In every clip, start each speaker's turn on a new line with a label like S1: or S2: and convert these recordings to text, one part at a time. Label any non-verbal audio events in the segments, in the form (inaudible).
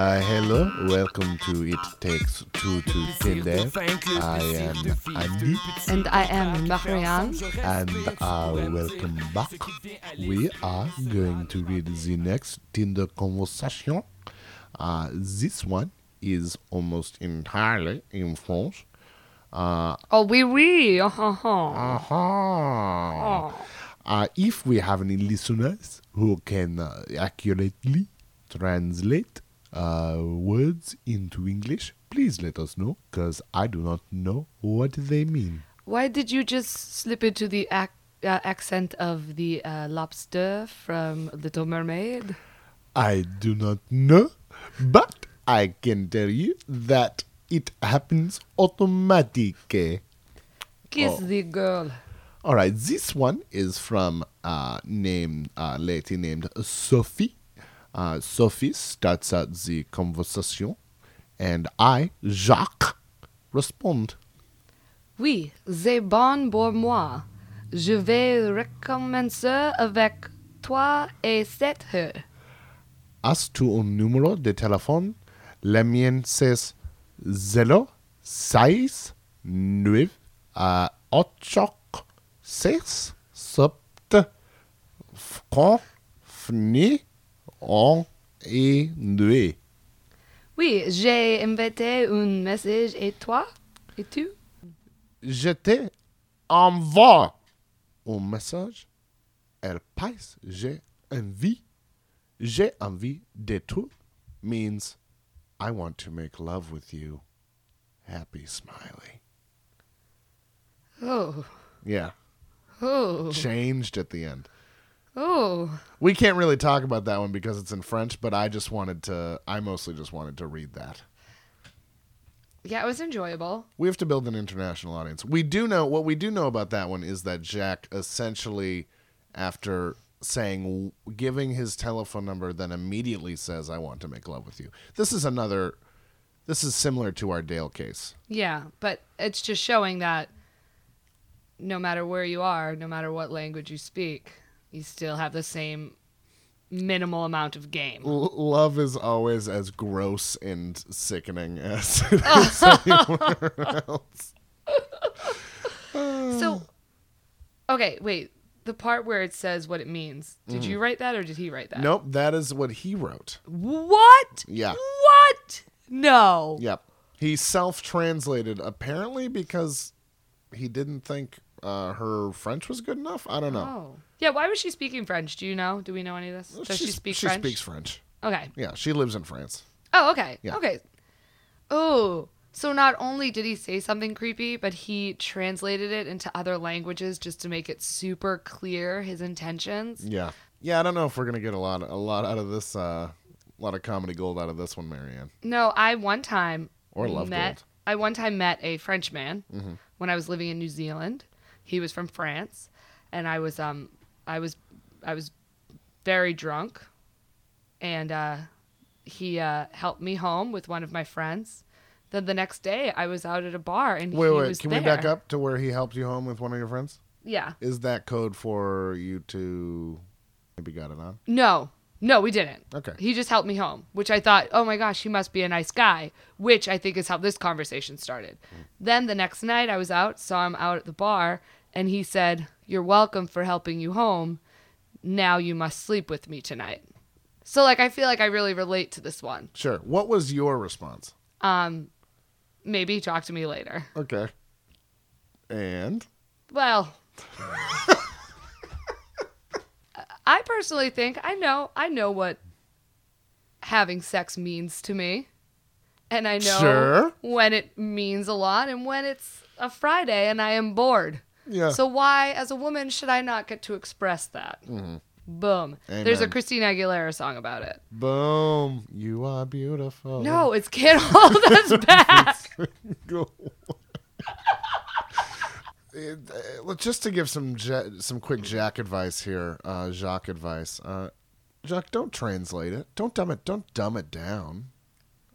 S1: Uh, welcome to It Takes Two to Get There. I am Andy
S2: And I am Marianne.
S1: and uh, welcome back. We are going to read the next Tinder conversation. Uh, this one is almost entirely in French. Uh,
S2: Oh, oui, oui. Oh, oh, oh.
S1: uh-huh.
S2: Oh.
S1: Uh, if we have any listeners who can uh, accurately translate uh, words into English, please let us know because I do not know what they mean.
S2: Why did you just slip into the ac- uh, accent of the uh, lobster from Little Mermaid?
S1: I do not know, but I can tell you that it happens automatically.
S2: Kiss
S1: Oh.
S2: the girl.
S1: All right, this one is from uh, named uh, lady named Sophie. Uh, Sophie starts out the conversation, and I, Jacques, respond.
S2: Oui, c'est bon pour moi. Je vais recommencer avec toi et cette heure.
S1: As to un número de teléfono, la mienne c'est 0 6 9 uh, 8 6 7 francs ni en et deux.
S2: Oui, j'ai invité un message et toi? Et tu?
S1: Je te envoie un message. Elle passe. J'ai envie. J'ai envie de tout means I want to make love with you. Happy smiley.
S2: Oh,
S1: Yeah.
S2: oh,
S1: Changed at the end.
S2: oh.
S1: We can't really talk about that one because it's in French, but I just wanted to, I mostly just wanted to read that.
S2: Yeah, it was enjoyable.
S1: We have to build an international audience. We do know what we do know about that one is that Jack essentially, after saying giving his telephone number, then immediately says, "I want to make love with you." This is another. This is similar to our Dale case.
S2: Yeah, but it's just showing that no matter where you are, no matter what language you speak, you still have the same minimal amount of game.
S1: L- love is always as gross and sickening as Mm.
S2: So, okay, wait. The part where it says what it means. Did you write that or did he write that?
S1: (laughs) Mm-hmm. nope. That is what he wrote.
S2: What?
S1: Yeah.
S2: What? No.
S1: Yep. He self translated apparently because he didn't think uh, her French was good enough. I don't know.
S2: Oh. Yeah, why was she speaking French? Do you know? Do we know any of this? Does she,
S1: She's-
S2: speak
S1: she
S2: French?
S1: speaks French.
S2: Okay.
S1: Yeah, she lives in France.
S2: Oh, okay.
S1: Yeah.
S2: Okay. Oh, so not only did he say something creepy, but he translated it into other languages just to make it super clear his intentions.
S1: Yeah. Yeah, I don't know if we're gonna get a lot a lot out of this uh a lot of comedy gold out of this one, Marianne.
S2: No, I one time
S1: Or love
S2: met
S1: gold. Mm-hmm.
S2: I one time met a Frenchman when I was living in New Zealand. He was from France, and I was um I was I was very drunk, and uh, he uh, helped me home with one of my friends. Then the next day, I was out at a bar, and
S1: Wait,
S2: he
S1: wait,
S2: was
S1: can
S2: there.
S1: we back up to where he helped you home with one of your friends?
S2: Yeah.
S1: Is that code for you to maybe got it on?
S2: No, no, we didn't.
S1: Okay.
S2: He just helped me home, which I thought, oh my gosh, he must be a nice guy, which I think is how this conversation started. Then the next night I was out, saw him out at the bar, and he said, You're welcome for helping you home. Now you must sleep with me tonight. So, like, I feel like I really relate to this one. Um,
S1: Sure. What was your response?
S2: Maybe talk to me later.
S1: Okay. And
S2: Well, I personally think I know I know what having sex means to me, and I know
S1: Sure.
S2: when it means a lot and when it's a Friday and I am bored.
S1: Yeah.
S2: So why, as a woman, should I not get to express that? Boom. There's a
S1: Mm-hmm. Amen.
S2: Christina Aguilera song about it.
S1: boom, you are beautiful.
S2: No, it's can't (laughs) hold us back.
S1: go. It, (laughs) uh, let- just to give some ja- some quick Jack advice here, uh, Jacques advice. Uh, Jacques, don't translate it. Don't dumb it. Don't dumb it down.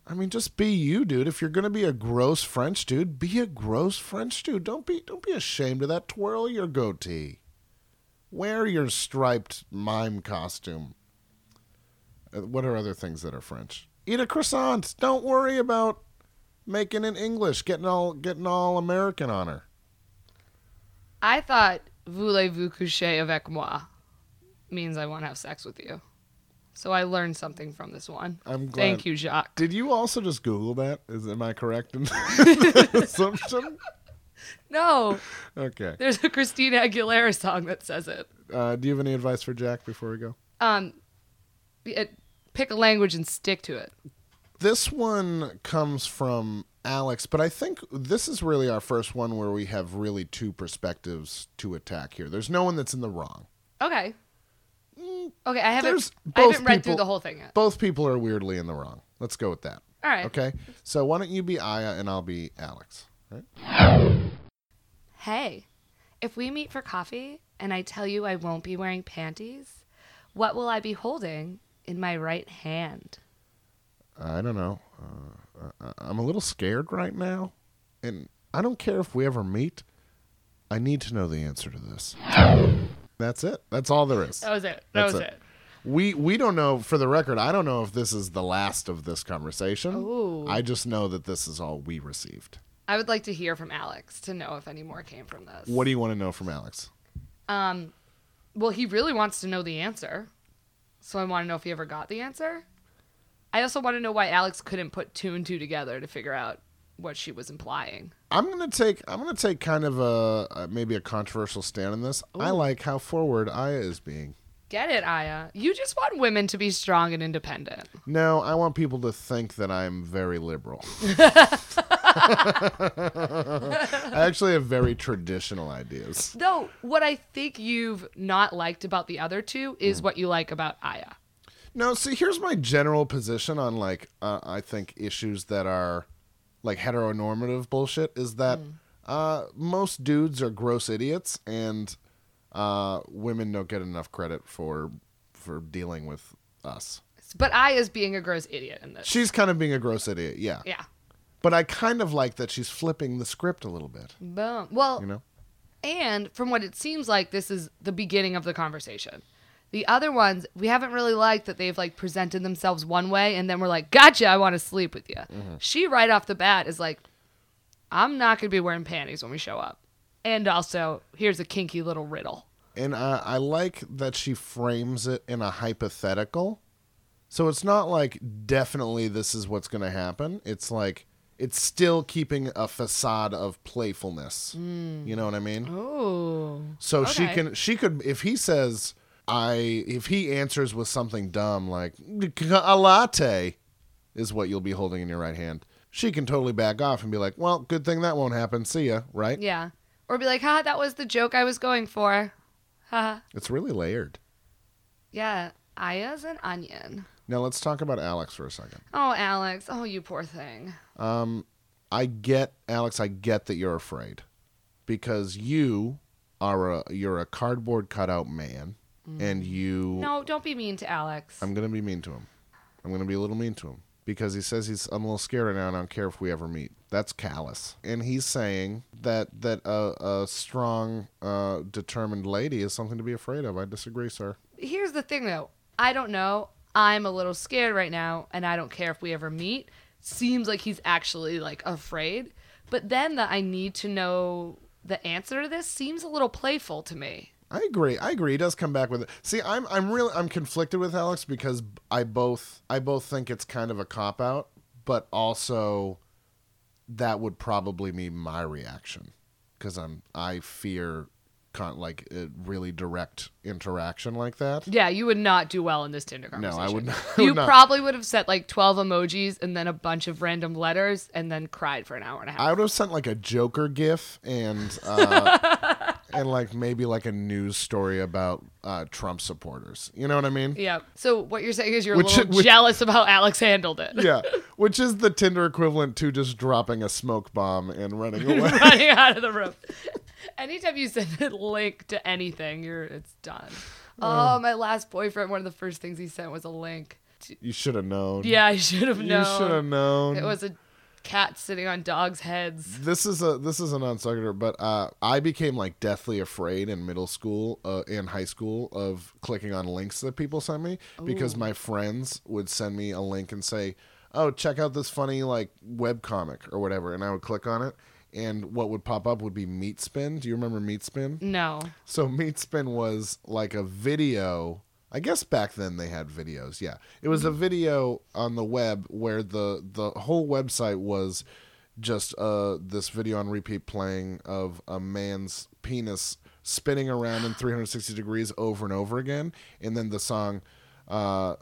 S1: I mean, just be you, dude. If you're gonna be a gross French dude, be a gross French dude. Don't be don't be ashamed of that. Twirl your goatee. Wear your striped mime costume. Uh, what are other things that are French? Eat a croissant. Don't worry about making it English, getting all getting all American on her.
S2: I thought voulez-vous coucher avec moi means I want to have sex with you. So I learned something from this one.
S1: I'm glad.
S2: Thank you, Jacques.
S1: Did you also just Google that? Is am I correct (laughs) in assumption?
S2: (laughs) No,
S1: Okay.
S2: there's a Christina Aguilera song that says it.
S1: Uh, do you have any advice for Jack before we go?
S2: Um, it- pick a language and stick to it.
S1: This one comes from Alex, but I think this is really our first one where we have really two perspectives to attack here. There's no one that's in the wrong.
S2: Okay. Okay, I
S1: Mm, There's
S2: haven't. I
S1: both
S2: haven't read
S1: people-
S2: through the whole thing yet.
S1: Both people are weirdly in the wrong. Let's go with that.
S2: All right.
S1: Okay. So why don't you be Aya and I'll be Alex? Right?
S2: Hey, if we meet for coffee and I tell you I won't be wearing panties, what will I be holding in my right hand?
S1: I don't know. Uh, I- I'm a little scared right now, and I don't care if we ever meet. I need to know the answer to this. That's it. That's all there is.
S2: That was it. That
S1: That's
S2: was
S1: it.
S2: it.
S1: We we don't know for the record. I don't know if this is the last of this conversation.
S2: Ooh.
S1: I just know that this is all we received.
S2: I would like to hear from Alex to know if any more came from this.
S1: What do you want to know from Alex?
S2: Um, well, he really wants to know the answer, so I want to know if he ever got the answer. I also want to know why Alex couldn't put two and two together to figure out what she was implying.
S1: I'm gonna take I'm gonna take kind of a uh, maybe a controversial stand on this. I like how forward Aya is being.
S2: Get it, Aya? You just want women to be strong and independent.
S1: No, I want people to think that I'm very liberal. I actually have very traditional ideas.
S2: Though, what I think you've not liked about the other two is
S1: Mm.
S2: what you like about Aya.
S1: No, see, here's my general position on like uh, I think issues that are like heteronormative bullshit is that uh, most dudes are gross idiots and uh, women don't get enough credit for for dealing with us.
S2: But Aya's being a gross idiot in this.
S1: She's kind of being a gross idiot, yeah.
S2: yeah.
S1: But I kind of like that she's flipping the script a little bit,
S2: Boom. Well,
S1: you know.
S2: And from what it seems like, this is the beginning of the conversation. The other ones, we haven't really liked that they've like presented themselves one way and then we're like, gotcha, I want to sleep with you. She right off the bat is like, I'm not going to be wearing panties when we show up. And also, here's a kinky little riddle.
S1: and I, I like that she frames it in a hypothetical. So it's not like definitely this is what's going to happen. It's like it's still keeping a facade of playfulness. You know what I mean?
S2: Mm. Oh.
S1: So she
S2: okay.
S1: can she could if he says I if he answers with something dumb like a latte is what you'll be holding in your right hand. She can totally back off and be like, "Well, good thing that won't happen. See ya." Right?
S2: Yeah. Or be like, ha, that was the joke I was going for. Ha.
S1: It's really layered.
S2: Yeah. Aya's an onion.
S1: Now let's talk about Alex for a second.
S2: Oh, Alex. Oh, you poor thing.
S1: Um, I get Alex. I get that you're afraid because you are a you're a cardboard cutout man, and you.
S2: No, don't be mean to Alex.
S1: I'm gonna be mean to him. I'm gonna be a little mean to him because he says he's. I'm a little scared right now, and I don't care if we ever meet. That's callous, and he's saying that that a, a strong, uh, determined lady is something to be afraid of. I disagree, sir.
S2: here's the thing though i don't know i'm a little scared right now and i don't care if we ever meet seems like he's actually like afraid but then the i need to know the answer to this seems a little playful to me
S1: I agree. I agree. He does come back with it. See, I'm I'm really I'm conflicted with Alex because I both I both think it's kind of a cop out, but also that would probably be my reaction because I'm I fear con- like uh really direct interaction like that.
S2: yeah you would not do well in this tinder conversation
S1: I would not- (laughs) I
S2: you
S1: would not.
S2: probably would have sent like 12 emojis and then a bunch of random letters and then cried for an hour and a half
S1: I would have sent like a Joker gif and uh, and like maybe like a news story about uh, Trump supporters. You know what I mean?
S2: yeah so what you're saying is you're
S1: Which-
S2: a little
S1: which-
S2: jealous of how alex handled it
S1: yeah, which is the Tinder equivalent to just dropping a smoke bomb and running
S2: (laughs)
S1: away.
S2: running out of the room. Anytime you send a link to anything, you're it's done. Oh, my last boyfriend. One of the first things he sent was a link. To,
S1: you should have known.
S2: yeah, I should have
S1: you
S2: known.
S1: should have known.
S2: It was a cat sitting on dogs' heads.
S1: This is a this is a non sequitur, but uh, I became like deathly afraid in middle school uh, and high school of clicking on links that people sent me because my friends would send me a link and say, oh, check out this funny like web comic or whatever, and I would click on it, and what would pop up would be Meat Spin. Do you remember Meat Spin?
S2: No.
S1: So Meat Spin was like a video. I guess back then they had videos. Yeah, it was a video on the web where the the whole website was just uh this video on repeat playing of a man's penis spinning around in 360 degrees over and over again, and then the song. Uh,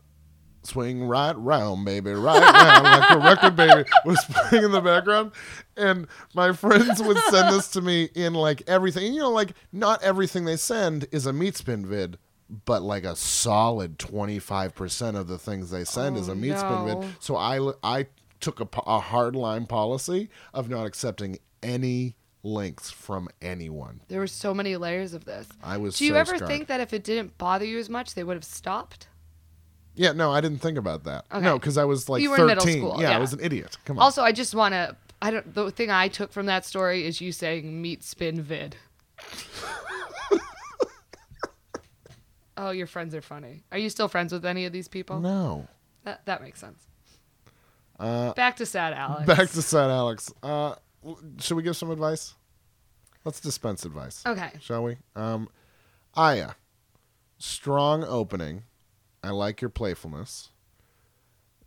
S1: swing right round, baby, right round, like a record
S2: (laughs)
S1: baby was playing in the background. And my friends would send this to me in like everything. And, you know, like not everything they send is a meat spin vid, but like a solid 25% of the things they send is
S2: Oh,
S1: a meat spin
S2: no.
S1: vid. So I, I took a, po- a hard line policy of not accepting any links from anyone.
S2: There were so many layers of this.
S1: I was
S2: Do you
S1: so
S2: ever
S1: scarred.
S2: think that if it didn't bother you as much, they would have stopped?
S1: Yeah, no, I didn't think about that.
S2: Okay.
S1: No, because I was like
S2: You were in
S1: 13.
S2: middle school,
S1: yeah,
S2: yeah.
S1: I was an idiot. Come on.
S2: Also, I just want to. I don't. The thing I took from that story is you saying meat
S1: (laughs)
S2: spin vid. oh, your friends are funny. Are you still friends with any of these people?
S1: no.
S2: That, that makes sense. Back to sad Alex.
S1: Uh, Back to sad Alex. Uh, w- should we give some advice? Let's dispense advice.
S2: (laughs) Okay.
S1: Shall we? Um, Aya, strong opening. I like your playfulness.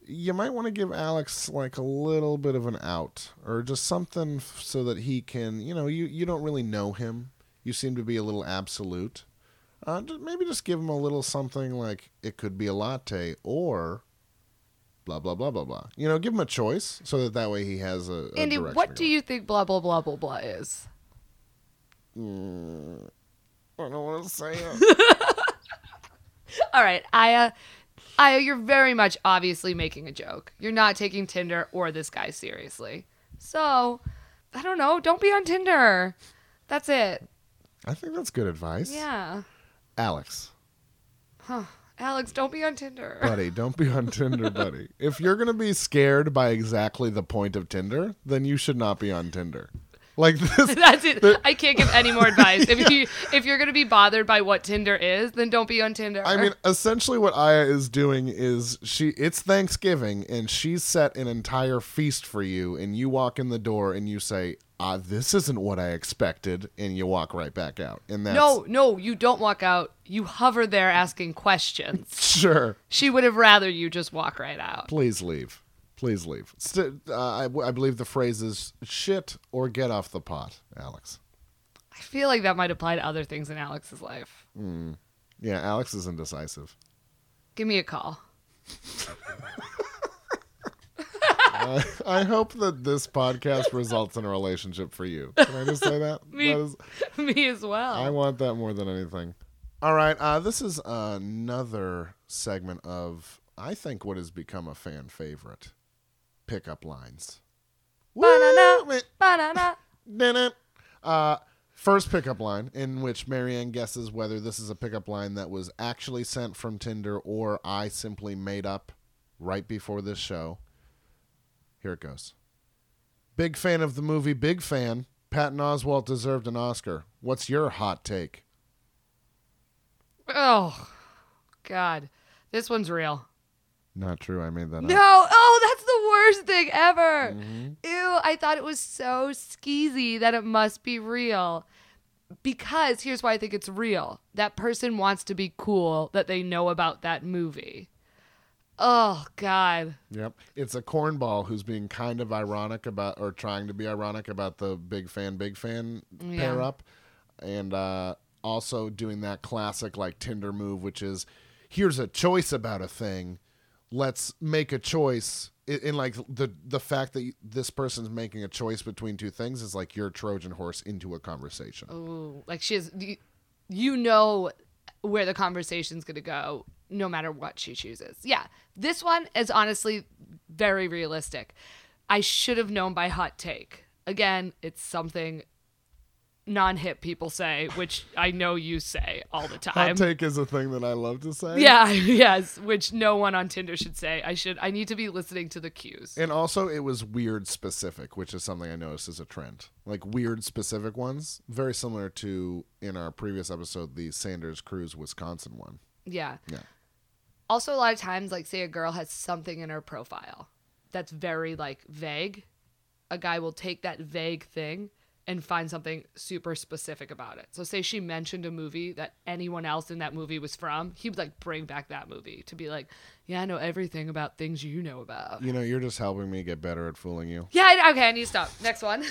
S1: You might want to give Alex like a little bit of an out or just something f- so that he can, you know, you, you don't really know him. You seem to be a little absolute. Uh, ju- maybe just give him a little something like it could be a latte or blah, blah, blah, blah, blah. You know, give him a choice so that that way he has a. a
S2: Andy,
S1: direction
S2: what
S1: to
S2: do
S1: go.
S2: you think blah blah blah blah blah is?
S1: I don't want to say it.
S2: All right, Aya, Aya, you're very much obviously making a joke. You're not taking Tinder or this guy seriously. So, I don't know. Don't be on Tinder. That's it.
S1: (laughs) I think that's good advice.
S2: Yeah.
S1: Alex,
S2: Alex, don't be on Tinder.
S1: buddy, don't be on Tinder, buddy. If you're going to be scared by exactly the point of Tinder, then you should not be on Tinder. Like (laughs) this.
S2: (laughs) That's it. I can't give any
S1: (laughs)
S2: more advice. If you if you're gonna be bothered by what Tinder is, then don't be on Tinder.
S1: I mean, essentially, what Aya is doing is she. It's Thanksgiving, and she's set an entire feast for you. And you walk in the door, and you say, "Ah, this isn't what I expected," and you walk right back out. And that's
S2: (laughs) no, no, you don't walk out. You hover there asking questions.
S1: (laughs) sure.
S2: She would have rather you just walk right out.
S1: please leave. Please leave. St- uh, I, I believe the phrase is shit or get off the pot, Alex.
S2: I feel like that might apply to other things in Alex's life.
S1: Yeah, Alex is indecisive.
S2: Give me a call. (laughs)
S1: Uh, (laughs) I hope that this podcast results in a relationship for you. Can I just say that?
S2: Me-
S1: That is-
S2: me as well.
S1: I want that more than anything. All right, uh, this is another segment of, I think, what has become a fan favorite pickup lines. Woo!
S2: Ba-da-da.
S1: Dun-dun. Uh, first pickup line in which Marianne guesses whether this is a pickup line that was actually sent from Tinder or I simply made up right before this show. Here it goes. Big fan of the movie, big fan. Patton Oswalt deserved an Oscar. What's your hot take?
S2: Oh, God. This one's real.
S1: Not true. I made that
S2: No.
S1: up.
S2: Oh, that's the worst thing ever. Ew. I thought it was so skeezy that it must be real. Because here's why I think it's real that person wants to be cool that they know about that movie. Oh, God.
S1: Yep. It's a cornball who's being kind of ironic about, or trying to be ironic about the big fan, big fan
S2: Yeah.
S1: pair up. And uh, also doing that classic like Tinder move, which is here's a choice about a thing. Let's make a choice. In, in like the the fact that this person's making a choice between two things is like your Trojan horse into a conversation.
S2: Ooh, like she has, you- you know, where the conversation's gonna go, no matter what she chooses. Yeah, this one is honestly very realistic. I should have known by hot take. Again, it's something non-hip people say, which I know you say all the
S1: Hot
S2: time.
S1: take is a thing that I love to say.
S2: Yeah, (laughs) yes, which no one on Tinder should say. I should. I need to be listening to the cues.
S1: And also, it was weird specific, which is something I noticed as a trend. Like weird specific ones, very similar to in our previous episode, the Sanders Cruz, Wisconsin one.
S2: Yeah.
S1: Yeah.
S2: Also, a lot of times, like, say a girl has something in her profile that's very like vague, a guy will take that vague thing and find something super specific about it. So say she mentioned a movie that anyone else in that movie was from, he would like bring back that movie to be like, "Yeah, I know everything about things you know about."
S1: You know, you're just helping me get better at fooling you.
S2: Yeah, I, okay, I need to stop. Next one.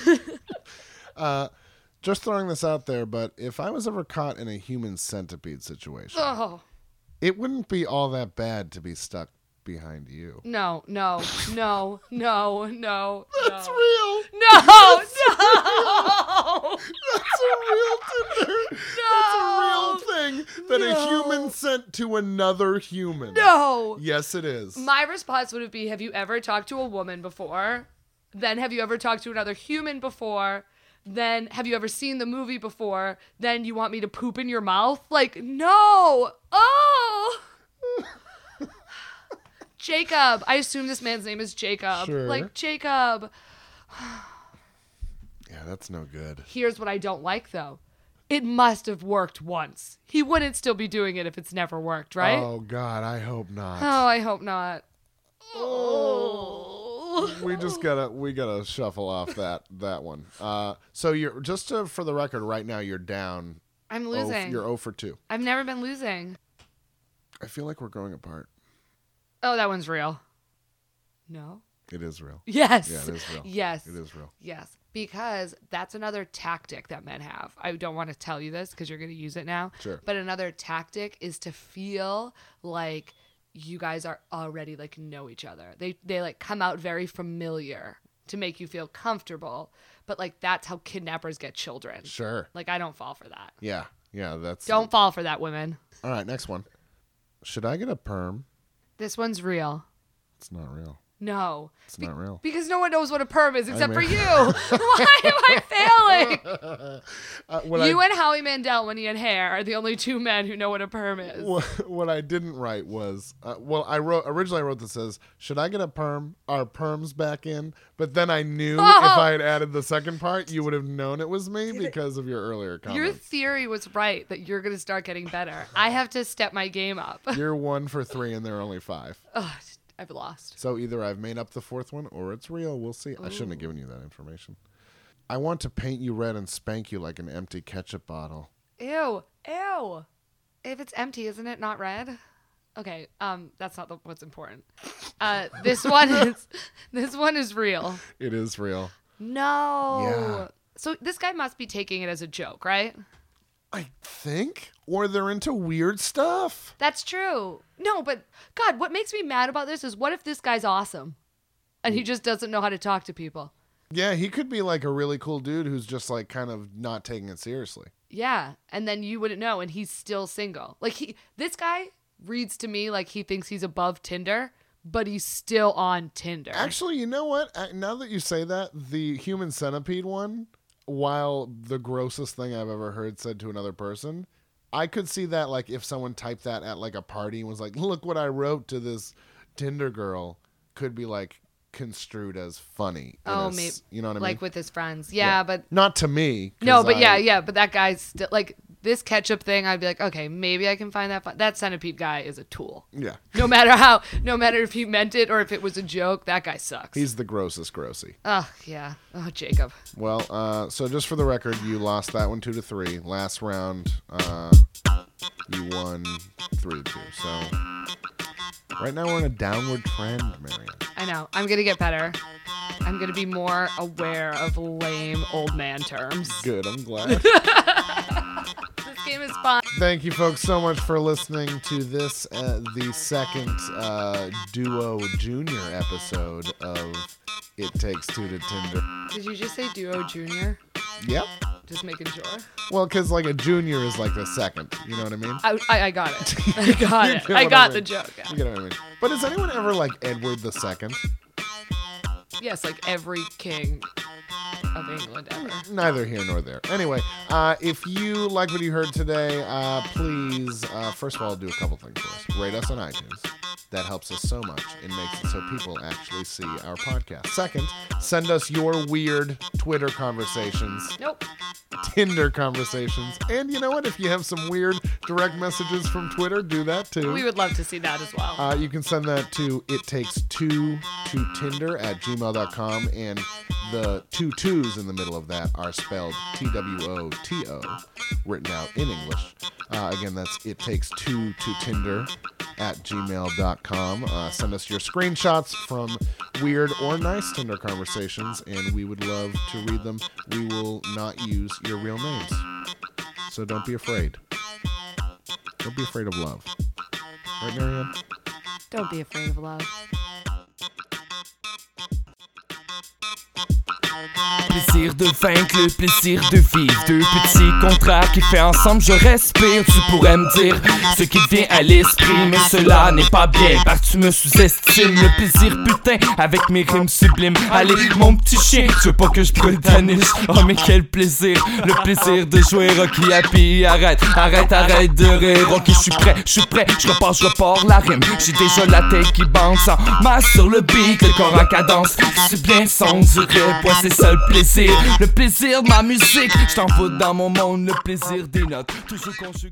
S2: (laughs)
S1: Just throwing this out there, but if I was ever caught in a human centipede situation,
S2: oh.
S1: it wouldn't be all that bad to be stuck behind you.
S2: No, no, no, no, no.
S1: That's
S2: no.
S1: real.
S2: No, (laughs) no,
S1: That's a real (laughs) Tinder.
S2: No.
S1: That's a real thing that a
S2: No.
S1: human sent to another human.
S2: no.
S1: Yes, it is.
S2: My response would be Have you ever talked to a woman before? Then, have you ever talked to another human before? Then, have you ever seen the movie before? Then, you want me to poop in your mouth? Like, no.
S1: (laughs)
S2: Oh. Jacob. I assume this man's name is Jacob.
S1: Sure.
S2: Like, Jacob.
S1: yeah, that's no good.
S2: Here's what I don't like though. It must have worked once. He wouldn't still be doing it if it's never worked, right? Oh,
S1: Oh God, I hope not.
S2: I hope not. Oh.
S1: we just gotta we gotta shuffle off that that one. Uh, so you're just to, for the record, right now you're down.
S2: I'm
S1: oh f-
S2: losing.
S1: you're 0 for two.
S2: I've never been losing.
S1: I feel like we're growing apart.
S2: Oh, that one's real. No. (laughs)
S1: It is real.
S2: Yes.
S1: Yeah, it is real.
S2: Yes.
S1: It is real.
S2: Yes. Because that's another tactic that men have. I don't want to tell you this because you're going to use it now.
S1: Sure.
S2: But another tactic is to feel like you guys are already like know each other. They they like come out very familiar to make you feel comfortable. But like that's how kidnappers get children.
S1: Sure.
S2: Like I don't fall for that.
S1: Yeah. Yeah. That's
S2: Don't fall for that, women.
S1: All right. Next one. Should I get a perm?
S2: This one's real.
S1: It's not real.
S2: No.
S1: It's not
S2: (laughs)
S1: real.
S2: Because no one knows what a perm is except
S1: mean-
S2: for you. (laughs) Why am (laughs) I failing?
S1: (laughs) Uh, what
S2: you
S1: I
S2: and Howie Mandel, when he had hair, are the only two men who know what a perm is.
S1: what, (laughs) what I didn't write was uh, well I wrote originally I wrote this as should I get a perm? Are perms back in? But then I knew if
S2: Oh!
S1: I had added the second part, you would have known it was me because of your earlier
S2: Your
S1: comments.
S2: theory was right that you're going to start getting better. I have to step my game up.
S1: You're one for three, and there are only five.
S2: (laughs) Ugh, I've lost.
S1: So either I've made up the fourth one or it's real. We'll see. I shouldn't have given you that information. I want to paint you red and spank you like an empty ketchup bottle.
S2: Ew, ew. If it's empty, isn't it not red? Okay, um, that's not the, what's important. Uh,
S1: (laughs)
S2: this one is, this one is real.
S1: It is real.
S2: No.
S1: Yeah.
S2: So this guy must be taking it as a joke, right?
S1: I think, or they're into weird stuff.
S2: That's true. No, but God, what makes me mad about this is what if this guy's awesome and
S1: Hmm.
S2: he just doesn't know how to talk to people?
S1: Yeah, he could be like a really cool dude who's just like kind of not taking it seriously.
S2: Yeah. And then you wouldn't know and he's still single. Like he this guy reads to me like he thinks he's above Tinder, but he's still on Tinder.
S1: Actually, you know what? Uh, Now that you say that, the human centipede one, while the grossest thing I've ever heard said to another person, I could see that like if someone typed that at like a party and was like, "Look what I wrote to this Tinder girl," could be like construed as funny. in
S2: Oh,
S1: a s-
S2: maybe.
S1: you know what I mean?
S2: like with his friends. Yeah, but
S1: Not to me. 'cause
S2: no, but
S1: I-
S2: yeah, yeah, but that guy's still like this ketchup thing, I'd be like, okay, maybe I can find that fun. That centipede guy is a tool.
S1: yeah.
S2: No matter how, no matter if he meant it or if it was a joke, that guy sucks.
S1: He's the grossest grossy.
S2: Oh, yeah. Oh, Jacob.
S1: Well, uh, so just for the record, you lost that one two to three. Last round, uh, you won three to two. So right now we're in a downward trend, Marion.
S2: I know. I'm going to get better. I'm going to be more aware of lame old man terms.
S1: Good, I'm glad.
S2: (laughs) This game is fun.
S1: Thank you, folks, so much for listening to this, uh, the second uh, duo junior episode of It Takes Two to Tinder.
S2: Did you just say duo junior?
S1: Yep.
S2: Just making sure.
S1: Well, because like a junior is like the second. You know what I mean?
S2: I, I, I got
S1: (laughs)
S2: it. I got
S1: You
S2: it.
S1: get
S2: I
S1: what
S2: got
S1: mean.
S2: the joke. Yeah.
S1: You get what I mean? But is anyone ever like Edward the second?
S2: Yes, like every king of England ever.
S1: neither here nor there. Anyway, uh, if you like what you heard today, uh, please, uh, first of all, do a couple things for us. Rate us on iTunes. That helps us so much and makes it so people actually see our podcast. Second, send us your weird Twitter conversations, (laughs)
S2: Nope.
S1: Tinder conversations, and you know what? If you have some weird direct messages from Twitter, do that too.
S2: We would love to see that as well.
S1: Uh, you can send that to it takes two to tinder at gmail.com and the two twos in the middle of that are spelled t-w-o-t-o written out in english uh, again that's it takes two to tinder at gmail.com uh, send us your screenshots from weird or nice tinder conversations and we would love to read them we will not use your real names so don't be afraid don't be afraid of love right marianne
S2: Don't be afraid of love.
S3: plaisir de vaincre, le plaisir de vivre. Deux petits contrats qui fait ensemble je respire. Tu pourrais me dire ce qui te vient à l'esprit, mais cela n'est pas bien parce que tu me sous-estimes. Le plaisir putain avec mes rimes sublimes. Allez, mon petit chien, tu veux pas que je brûle ta niche. Oh, mais quel plaisir, le plaisir de jouer Rocky Happy. Arrête, arrête, arrête de rire. Ok, je suis prêt, je suis prêt, je repars, je repars la rime. J'ai déjà la tête qui bounce en masse sur le beat, le corps en cadence. C'est bien son du rap, ouais, c'est ça le plaisir. Le plaisir de ma musique, je t'en fous dans mon monde, le plaisir des notes. Toujours conjugué.